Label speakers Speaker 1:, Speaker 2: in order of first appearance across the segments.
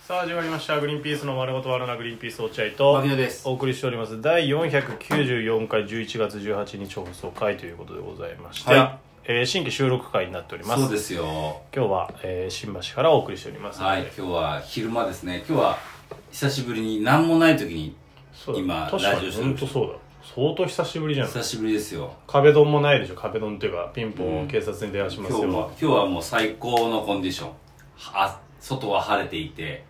Speaker 1: さあ始まりました「グリーンピースの丸ごと丸なグリーンピース落合」
Speaker 2: 牧
Speaker 1: と
Speaker 2: 野です
Speaker 1: お送りしております第494回11月18日放送回ということでございまして、
Speaker 2: は
Speaker 1: えー新規収録回になっております
Speaker 2: そうですよ
Speaker 1: 今日は、えー新橋からお送りしておりますので、
Speaker 2: はい今日は昼間ですね今日は久しぶりに何もない時に
Speaker 1: そうだ
Speaker 2: 今
Speaker 1: 確か
Speaker 2: ラジ
Speaker 1: に
Speaker 2: オしてる
Speaker 1: 本当そうだ相当久しぶりじゃん
Speaker 2: 久しぶりですよ
Speaker 1: 壁ドンもないでしょ壁ドンっていうかピンポン、
Speaker 2: うん
Speaker 1: 警察に電話し
Speaker 2: 今
Speaker 1: ま
Speaker 2: 日
Speaker 1: すよ
Speaker 2: は今日はもう最高のコンディションは外は晴れていて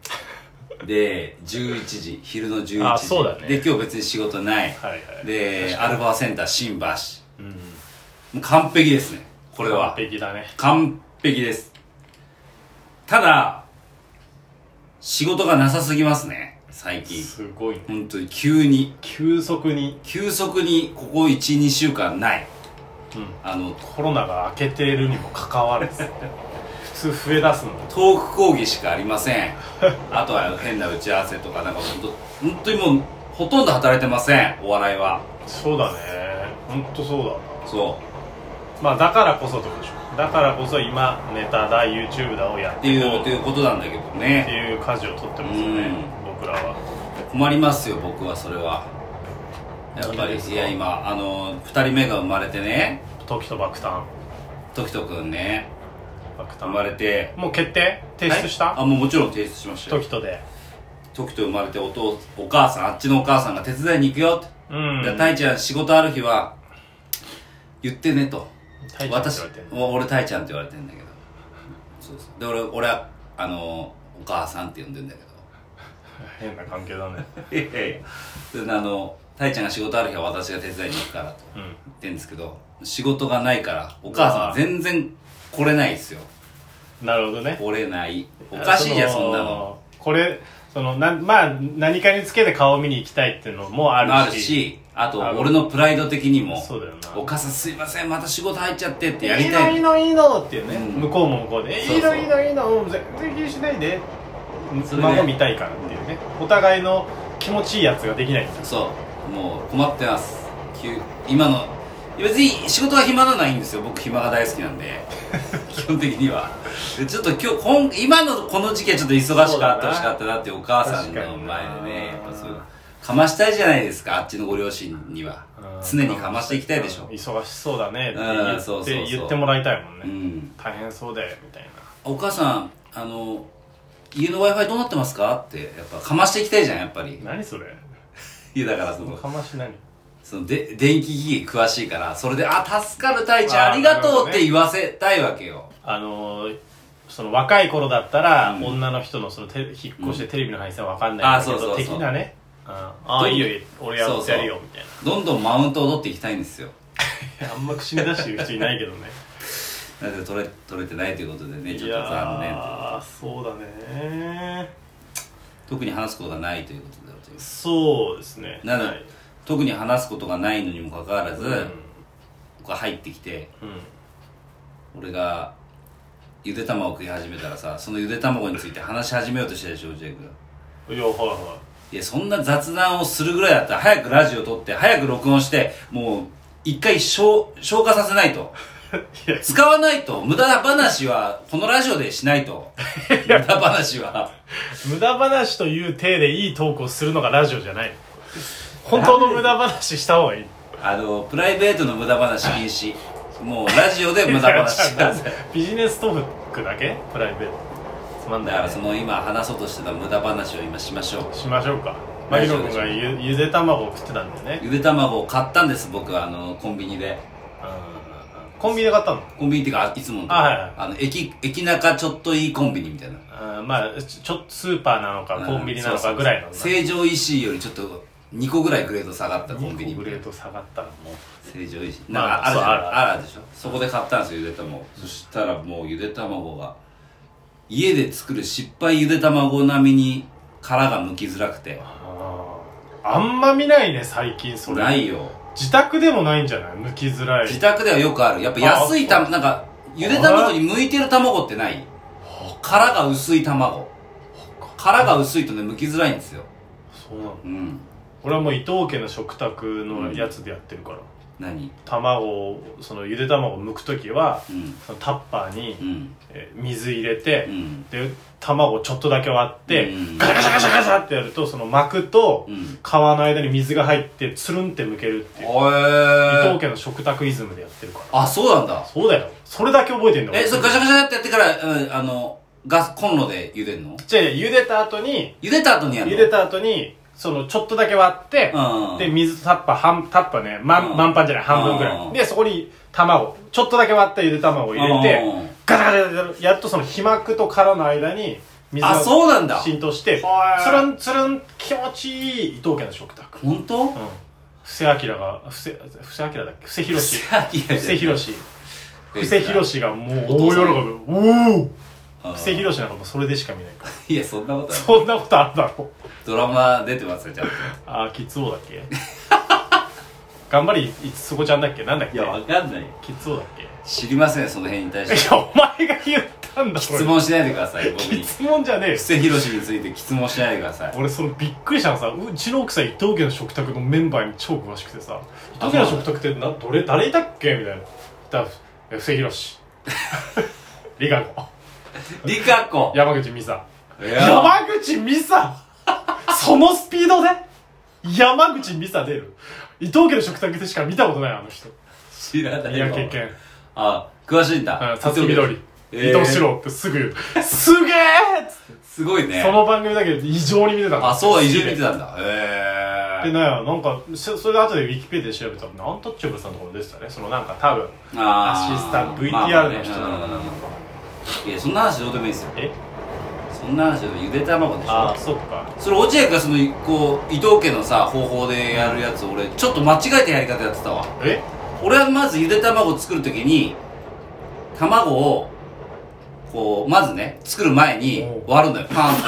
Speaker 2: で11時昼の11時
Speaker 1: あそうだね
Speaker 2: で今日別に仕事ない、
Speaker 1: はいはい
Speaker 2: でアルファセンター新橋
Speaker 1: うん
Speaker 2: もう完璧ですねこれは
Speaker 1: 完璧だね
Speaker 2: 完璧ですただ仕事がなさすぎますね最近
Speaker 1: すごいね
Speaker 2: 本当に急に
Speaker 1: 急速に、
Speaker 2: 急速にここ12週間ないあの
Speaker 1: コロナが明けてるにもかかわらず 普通増え出すの
Speaker 2: トーク講義しかありませ んあとは変な打ち合わせとかなんか本当本当にもうほとんど働いてませんお笑いは
Speaker 1: そうだね本当そうだ
Speaker 2: そ
Speaker 1: まあだからこそってことでしょだからこそ今ネタだ YouTube だをやっ
Speaker 2: うって
Speaker 1: てい
Speaker 2: いう
Speaker 1: こう
Speaker 2: っ
Speaker 1: ってて
Speaker 2: い
Speaker 1: いう
Speaker 2: ことなんだけどね
Speaker 1: う舵を取ってますよね僕らは
Speaker 2: 困りますよ僕はそれはやっぱ
Speaker 1: いい
Speaker 2: り
Speaker 1: ですか
Speaker 2: いや今あの2人目が生まれてね
Speaker 1: 時と爆誕
Speaker 2: 時人くんね
Speaker 1: 爆誕
Speaker 2: 生まれて
Speaker 1: もう決定提出し
Speaker 2: はい
Speaker 1: た
Speaker 2: あもうもちろん提出しましたよ
Speaker 1: 時とで
Speaker 2: 時と生まれてお父お母さんあっちのお母さんが手伝いに行くよって
Speaker 1: うん
Speaker 2: じゃあ、たいちゃん仕事ある日は、言ってねと。
Speaker 1: 大ちゃんって
Speaker 2: 私
Speaker 1: 言われてん、の
Speaker 2: お俺たいちゃんって言われてんだけど。そうそう。で、俺、俺は、あのー、お母さんって呼んでんだ
Speaker 1: 変な関係だね
Speaker 2: けど。で、あの、たいちゃんが仕事ある日は私が手伝いに行くからと
Speaker 1: うん
Speaker 2: 言ってんですけど、仕事がないから、お母さんは全然来れないですよ。
Speaker 1: なるほどね
Speaker 2: 来れない。おかしいじゃん、
Speaker 1: あ
Speaker 2: そんなの。
Speaker 1: これそのなんまあ何かにつけて顔見に行きたいっていうのもあるし
Speaker 2: あるし、あと、俺のプライド的にも、
Speaker 1: そうだよな
Speaker 2: お母さんすいません、また仕事入っちゃってってや
Speaker 1: い
Speaker 2: り
Speaker 1: い
Speaker 2: た
Speaker 1: の
Speaker 2: い
Speaker 1: いい。のいいのっていうね、
Speaker 2: うん
Speaker 1: 向こうも向こうで「え
Speaker 2: そうそう
Speaker 1: いいのいいのいいのもう全然気にしないで
Speaker 2: それで
Speaker 1: 孫見たいから」っていうねお互いの気持ちいいやつができないんですよ
Speaker 2: そうもう困ってます急今の別に仕事は暇なのはいいんですよ僕暇が大好きなんで 基本的にはでちょっと今日こん今のこの時期はちょっと忙しくあってほしかったなっていうお母さんの前でねや
Speaker 1: 確かにな
Speaker 2: っぱそういうかましたいじゃないですかあっちのご両親には常にかましていきたいでしょ
Speaker 1: 忙しそうだねって言
Speaker 2: うん
Speaker 1: っ
Speaker 2: そうそうそう
Speaker 1: て言ってもらいたいもん
Speaker 2: う
Speaker 1: ね
Speaker 2: ん
Speaker 1: 大変そうだよみたいな
Speaker 2: お母さんあの家の w i f i どうなってますかってやっぱかましていきたいじゃんやっぱり
Speaker 1: 何それ
Speaker 2: いやだからその
Speaker 1: かまし何
Speaker 2: そので電気機器詳しいからそれで「あ助かるたいちゃんありがとう」って言わせたいわけよ
Speaker 1: あのーその若い頃だったら、
Speaker 2: うん
Speaker 1: 女の人のそのて引っ越してテレビの配信は分かんな
Speaker 2: あ
Speaker 1: い
Speaker 2: ー
Speaker 1: んだけど、
Speaker 2: そうそうそう
Speaker 1: 的なね、うんああいいよいいよ俺やってやるよみたい
Speaker 2: どんどんマウントを取っていきたいんですよ
Speaker 1: なあんま口に出してる人いないけどね
Speaker 2: なので取れ取れてないということでねちょっ
Speaker 1: い
Speaker 2: と残念
Speaker 1: やーそうだね
Speaker 2: 特に話すことがないということだという
Speaker 1: そうですね
Speaker 2: なので、
Speaker 1: はい
Speaker 2: 特に話すことがないのにもかかわらず、
Speaker 1: うん、
Speaker 2: 僕は入ってきて
Speaker 1: うん
Speaker 2: 俺がゆで卵を食い始めたらさそのゆで卵について話し始めようとしたでしょジェイ君
Speaker 1: いやはいはい
Speaker 2: やそんな雑談をするぐらいだったら早くラジオ撮って早く録音してもう一回消消化させないと
Speaker 1: いや
Speaker 2: 使わないと無駄話はこのラジオでしないと無駄話は
Speaker 1: 無駄話という体でいいトークをするのがラジオじゃない本当の無駄話した方がいい
Speaker 2: あのプライベートの無駄話禁止もうラジオで無駄話してください
Speaker 1: ビジネストークだけプライベートつまん
Speaker 2: だ
Speaker 1: ない
Speaker 2: か
Speaker 1: ね
Speaker 2: らその今話そうとしてた無駄話を今しましょう
Speaker 1: しましょうか
Speaker 2: 大
Speaker 1: 牧
Speaker 2: 丈
Speaker 1: 野
Speaker 2: 夫
Speaker 1: 君がゆゆで卵を食ってたんだよね
Speaker 2: ゆで卵を買ったんです僕はあのコンビニで
Speaker 1: コンビニで買ったの
Speaker 2: コンビニっていうかいつものとこ
Speaker 1: あはいはい
Speaker 2: あの駅駅中ちょっといいコンビニみたいな
Speaker 1: あーまあちょちょっとスーパーなのかコンビニなの
Speaker 2: そうそう
Speaker 1: かぐらいの
Speaker 2: 成城石井よりちょっと2個ぐらいグレード下がったコンビニ
Speaker 1: グレード下がったらもう
Speaker 2: 成城石井なん
Speaker 1: まあ
Speaker 2: かあるじゃん、
Speaker 1: そう
Speaker 2: あ
Speaker 1: あ、る
Speaker 2: らでしょそこで買ったんですよゆで卵そしたらもうゆで卵が家で作る失敗ゆで卵並みに殻が剥きづらくて
Speaker 1: あーあんま見ないね最近それ
Speaker 2: ないよ
Speaker 1: 自宅でもないんじゃない剥きづらい
Speaker 2: 自宅ではよくあるやっぱ安い
Speaker 1: あ
Speaker 2: た
Speaker 1: そ
Speaker 2: なんかゆで卵に剥いてる卵ってない殻が薄い卵殻が薄いとね剥きづらいんですよ
Speaker 1: そうなの
Speaker 2: うん
Speaker 1: 俺はもう伊藤家の食卓のやつでやってるから、
Speaker 2: 何
Speaker 1: 卵をそのゆで卵を剥く時は
Speaker 2: うん
Speaker 1: そのタッパーに、
Speaker 2: うん
Speaker 1: えー水入れて、
Speaker 2: うん
Speaker 1: で卵をちょっとだけ割って、
Speaker 2: うん
Speaker 1: ガシャガシャガシャガシャってやるとその膜と
Speaker 2: うん
Speaker 1: 皮の間に水が入ってつるんって剥けるっていう、
Speaker 2: お
Speaker 1: 伊
Speaker 2: え
Speaker 1: 藤家の食卓イズムでやってるから
Speaker 2: あそうなんだ
Speaker 1: そうだよそれだけ覚えてんだ
Speaker 2: えそれガ
Speaker 1: ャ
Speaker 2: シャガシャってやってから、うん、あのガスコンロで茹でんの
Speaker 1: じゃあ茹でた後に
Speaker 2: 茹でた後にやる
Speaker 1: 茹
Speaker 2: の
Speaker 1: でた後にそのちょっとだけ割って、
Speaker 2: うん
Speaker 1: で水とタッパー半タッパーね、ま
Speaker 2: うん
Speaker 1: ん、満パンじゃない半分ぐらい、
Speaker 2: うん
Speaker 1: でそこに卵ちょっとだけ割ったゆで卵を入れて、
Speaker 2: うん
Speaker 1: ガタガタガタガタやっとその皮膜と殻の間に水
Speaker 2: あ
Speaker 1: が
Speaker 2: そうなんだ
Speaker 1: 浸透して
Speaker 2: はい
Speaker 1: つるんつるん気持ちいい伊藤家の食卓
Speaker 2: 本当
Speaker 1: うん布施明が布施布施明だっけ布施宏布施宏布施宏がもう大喜びおお布施宏なんかもうそれでしか見ないから
Speaker 2: いやそんなことない
Speaker 1: そんなことあるだろう
Speaker 2: ドラマ出てますよちゃんと
Speaker 1: あーキッズ王だっけ 頑張りいつそこちゃんだっけなんだっけ
Speaker 2: かんない
Speaker 1: キッズ王だっけい
Speaker 2: 知りませんその辺に対して
Speaker 1: やお前が言ったんだ
Speaker 2: 質問しないでください僕
Speaker 1: 俺
Speaker 2: に
Speaker 1: 質問じゃねえよ
Speaker 2: 布施宏について質問しないでください
Speaker 1: 俺そのびっくりしたのさうちの奥さん伊藤家の食卓のメンバーに超詳しくてさ伊藤家の食卓ってなどれ誰いたっけみたいなだ布施宏 リカ子
Speaker 2: リカ子
Speaker 1: 山口美沙
Speaker 2: いや
Speaker 1: 山口美沙 そのスピードで山口美沙出る伊藤家の食卓でしか見たことないあの人
Speaker 2: 知らない
Speaker 1: 宮城県
Speaker 2: あ詳しいん
Speaker 1: う
Speaker 2: だ
Speaker 1: んさつき緑伊
Speaker 2: えー
Speaker 1: 藤四郎ってすぐ言うすげえっつっ
Speaker 2: すごい
Speaker 1: て
Speaker 2: ね
Speaker 1: その番組だけで異常に見てたの
Speaker 2: あそうだいじめて
Speaker 1: 好き
Speaker 2: たんだへ
Speaker 1: でね
Speaker 2: え
Speaker 1: なんかそそれで後でウィキペディアで調べたらなんタッチョブさんとかも出てたねそのなんか多分アシスタント VTR の人なのかな
Speaker 2: いやそんな話どうでもいいですよ
Speaker 1: え
Speaker 2: そんな話でもゆで卵でし
Speaker 1: あ
Speaker 2: ょ
Speaker 1: あそっか
Speaker 2: それ落合がそのこう伊藤家のさ方法でやるやつ俺ちょっと間違えたやり方やってたわ
Speaker 1: え
Speaker 2: 俺はまずゆで卵作るときに卵をこうまずね作る前に
Speaker 1: おう
Speaker 2: 割るのよパンって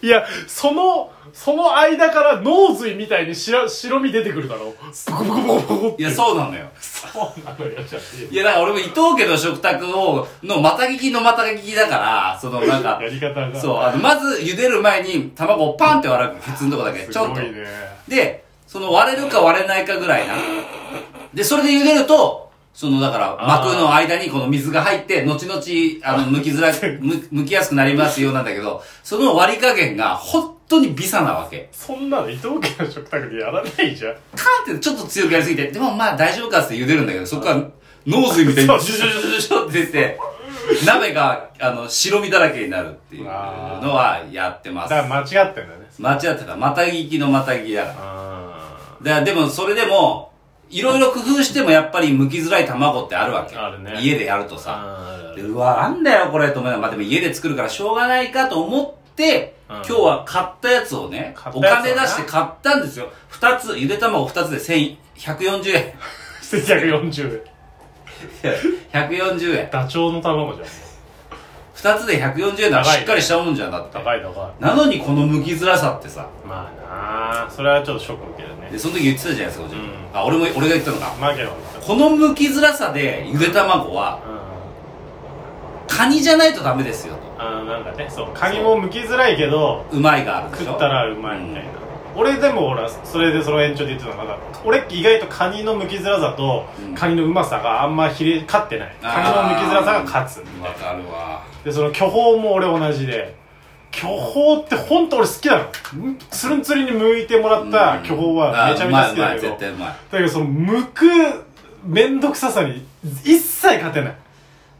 Speaker 1: いやそのその間から脳髄みたいに白白身出てくるだろボコボコボコボコって
Speaker 2: いやそうなのよ
Speaker 1: そうなのよじゃあ
Speaker 2: いやだから俺も伊藤家の食卓をのまた聞きのまた聞きだからそのなんか
Speaker 1: やり方が
Speaker 2: そうあのまず茹でる前に卵をパンって割るわけケツのとこだけ
Speaker 1: す
Speaker 2: ちょっ
Speaker 1: ご
Speaker 2: と
Speaker 1: いね
Speaker 2: で、その割れるか割れないかぐらいな。で、それで茹でると、そのだから
Speaker 1: あー
Speaker 2: 膜の間にこの水が入って、後々、あの、剥きづらく、む剥きやすくなりますよなんだけど、その割り加減が本当に微差なわけ。
Speaker 1: そんなの伊藤家の食卓でやらないじゃん
Speaker 2: カーンってちょっと強くやりすぎて、でもまあ大丈夫かっつって茹でるんだけど、そこから脳髄みたいにジュジュジュジュジュって出て、鍋が、あの、白身だらけになるっていうのはやってます。
Speaker 1: だから間違ってんだね
Speaker 2: 間違ってた。またぎきのまたぎだから。
Speaker 1: あ
Speaker 2: だからでもそれでもいろいろ工夫してもやっぱり剥きづらい卵ってあるわけ
Speaker 1: あるね
Speaker 2: 家でやるとさ
Speaker 1: あ
Speaker 2: でうわなんだよこれと思いながらまあでも家で作るからしょうがないかと思って、
Speaker 1: うん
Speaker 2: 今日は買ったやつをね
Speaker 1: 買
Speaker 2: お
Speaker 1: ったやつを
Speaker 2: 金
Speaker 1: ね
Speaker 2: 出して買ったんですよ2つゆで卵2つで1140円
Speaker 1: 1140円
Speaker 2: 140円
Speaker 1: ダチョウの卵じゃん
Speaker 2: 2つで140円なら
Speaker 1: 高いね
Speaker 2: しっかりしたもんじゃんだっ て
Speaker 1: 高い高
Speaker 2: なのにこの剥きづらさってさ
Speaker 1: いまあなあそれはちょっとショック受けるね
Speaker 2: でその時言ってたじゃないですか、おじい
Speaker 1: うん
Speaker 2: あ俺も俺が言ったのか
Speaker 1: マーケロンですよ
Speaker 2: この剥きづらさでゆで卵は
Speaker 1: うん
Speaker 2: カニじゃないとダメですよと
Speaker 1: あーなんかねそうカニも剥きづらいけど
Speaker 2: うまいがあるでしょ
Speaker 1: 食ったらうまいみたいな、俺でもほらそれでその延長で言ってたのが俺意外とカニの剥きづらさと、
Speaker 2: うん
Speaker 1: カニのうまさがあんま比例勝ってないカニの
Speaker 2: あー
Speaker 1: 剥きづらさが勝つみたいな
Speaker 2: わかるわ
Speaker 1: でその巨峰も俺同じで巨峰って本当俺好きなのつるんつるんに剥いてもらった巨峰はめちゃめちゃ好き
Speaker 2: だ
Speaker 1: だ
Speaker 2: け
Speaker 1: け
Speaker 2: ど
Speaker 1: ど
Speaker 2: 絶対うまい
Speaker 1: だけどその剥くめんどくささに一切勝てない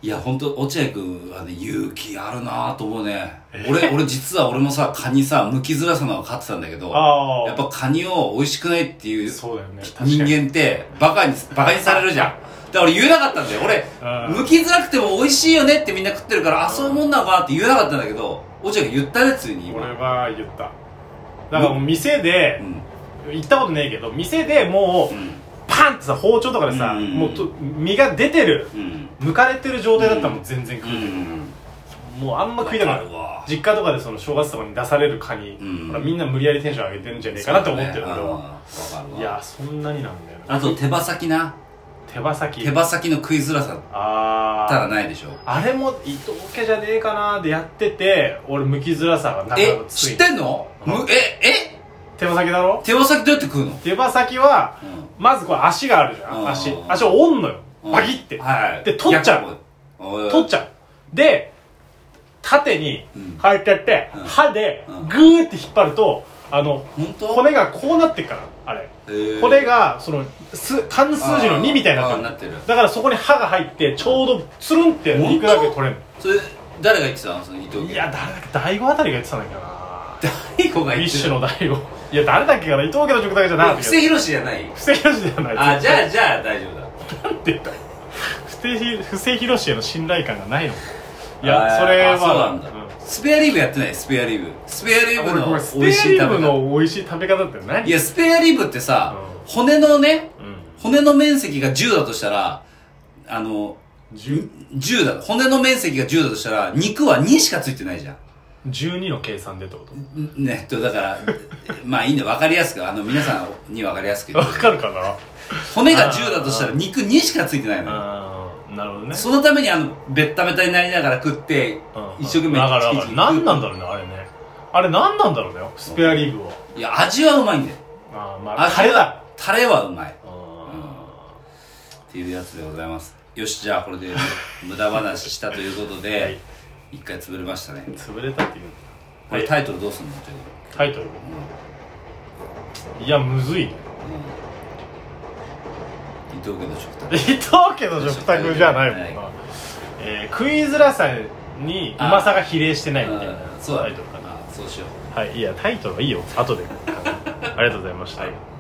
Speaker 2: いや本当落合君はね勇気あるなと思うね俺俺実は俺もさカニさ剥きづらさのを飼ってたんだけど
Speaker 1: あー
Speaker 2: やっぱカニを美味しくないっていう
Speaker 1: そうだよね確かに
Speaker 2: 人間ってバカにバカにされるじゃんだから俺言えなかったんだよ俺
Speaker 1: うん
Speaker 2: 剥きづらくても美味しいよねってみんな食ってるからあそう思うんだかって言えなかったんだけど落合君言ったねついに今
Speaker 1: 俺は言っただからもう店で
Speaker 2: うん
Speaker 1: 行ったことねえけど店でも
Speaker 2: う
Speaker 1: うんパンってさ包丁とかでさ
Speaker 2: うん
Speaker 1: もうと身が出てる
Speaker 2: うん
Speaker 1: 剥かれてる状態だったらもう全然
Speaker 2: う
Speaker 1: 食えてる
Speaker 2: ん
Speaker 1: もうあんま食いたくな
Speaker 2: わ
Speaker 1: い
Speaker 2: かるわ
Speaker 1: 実家とかでその正月とかに出されるカニ
Speaker 2: うん
Speaker 1: ほらみんな無理やりテンション上げてるんじゃねえかなって思ってる
Speaker 2: そうだ
Speaker 1: 俺
Speaker 2: ねうん
Speaker 1: は
Speaker 2: わかるわ
Speaker 1: いやそんなになんだよ
Speaker 2: あ
Speaker 1: な
Speaker 2: と手羽先な
Speaker 1: 手羽先
Speaker 2: 手羽先の食いづらさ
Speaker 1: あ
Speaker 2: た
Speaker 1: あ
Speaker 2: らないでしょ
Speaker 1: あれも伊藤家じゃねえかなーでやってて俺剥きづらさがなんか
Speaker 2: え
Speaker 1: つい
Speaker 2: 知ってんのむええ
Speaker 1: 手羽先だろ
Speaker 2: 手羽先どうやって食うの
Speaker 1: 手羽先は
Speaker 2: うん
Speaker 1: まずこれ足があるじゃ
Speaker 2: うん
Speaker 1: ん足足を折んのよ
Speaker 2: うん
Speaker 1: バキって
Speaker 2: はい
Speaker 1: で取っちゃう取っち
Speaker 2: ゃ
Speaker 1: ゃうで縦に
Speaker 2: うん
Speaker 1: 入ってやって
Speaker 2: うん
Speaker 1: 歯で
Speaker 2: うん
Speaker 1: グーって引っ張るとあの
Speaker 2: う本当
Speaker 1: 骨がこうなってっからあれ
Speaker 2: 骨
Speaker 1: 骨がそのす漢数字の2みたいになってる
Speaker 2: なってる
Speaker 1: だからそこに歯が入ってちょうどつるんって肉だけ取れる
Speaker 2: それ誰が言ってたのその伊藤
Speaker 1: いや誰だっけ大悟あたりが言ってたんだけどな
Speaker 2: 誰が
Speaker 1: 一
Speaker 2: 言って
Speaker 1: 種
Speaker 2: た
Speaker 1: の大悟いや誰だっけかな伊藤家の食だけじゃなかった
Speaker 2: 布
Speaker 1: け
Speaker 2: 施
Speaker 1: ど
Speaker 2: 宏じゃない
Speaker 1: 不正広しではない
Speaker 2: あじゃあじゃあ大丈夫だ
Speaker 1: あなんて言ったの不正不正広しへの信頼感がないのかい
Speaker 2: あ
Speaker 1: や
Speaker 2: ー
Speaker 1: それは
Speaker 2: あそうなんだ、
Speaker 1: うん
Speaker 2: スペアリブやってないスペアリブスペアリブ
Speaker 1: 俺
Speaker 2: の
Speaker 1: こ
Speaker 2: 美
Speaker 1: れ
Speaker 2: 味
Speaker 1: スペ
Speaker 2: し
Speaker 1: ア
Speaker 2: い
Speaker 1: リ
Speaker 2: 食べ
Speaker 1: ブ
Speaker 2: 方
Speaker 1: の美味しい食べ方って何
Speaker 2: いやスペアリブってさ、
Speaker 1: うん
Speaker 2: 骨のね
Speaker 1: うん
Speaker 2: 骨の面積が10だとしたらあの
Speaker 1: 10
Speaker 2: 10だ骨の面積が10だとしたら肉は2しかついてないじゃん
Speaker 1: 12の計算でってこと
Speaker 2: んねとだから まあいいんだよ分かりやすくあの皆さんに分かりやすく言う
Speaker 1: わかるかな
Speaker 2: 骨が10だとしたら肉2しかついてないのよ
Speaker 1: あーなるほどね
Speaker 2: そのためにあのべったべたになりながら食って
Speaker 1: うん
Speaker 2: 一生懸命
Speaker 1: わかるわか
Speaker 2: チキ
Speaker 1: る
Speaker 2: チキ
Speaker 1: 何なんだろうねあれねあれ何なんだろうねスペアリブはい
Speaker 2: や味はうまいんだよ
Speaker 1: あーまあ
Speaker 2: 味は
Speaker 1: タレだ
Speaker 2: タレはうまいっ
Speaker 1: あ
Speaker 2: ていうやつでございますよしじゃあ これで無駄話したということ
Speaker 1: ーは
Speaker 2: で
Speaker 1: い
Speaker 2: 一回潰れましたね
Speaker 1: 潰れたっていう
Speaker 2: これタイトルどうすんのという
Speaker 1: タイトルいやむずいね
Speaker 2: 伊藤家の食
Speaker 1: 伊
Speaker 2: 卓
Speaker 1: 藤家の食卓じゃないもんな、えークイズらさにうまさが比例してないみたいな
Speaker 2: あーそうだ
Speaker 1: タイ
Speaker 2: ね
Speaker 1: トルかな
Speaker 2: あーそうしよう
Speaker 1: はいいやタイトルはいいよ後で考えるありがとうございました、
Speaker 2: はい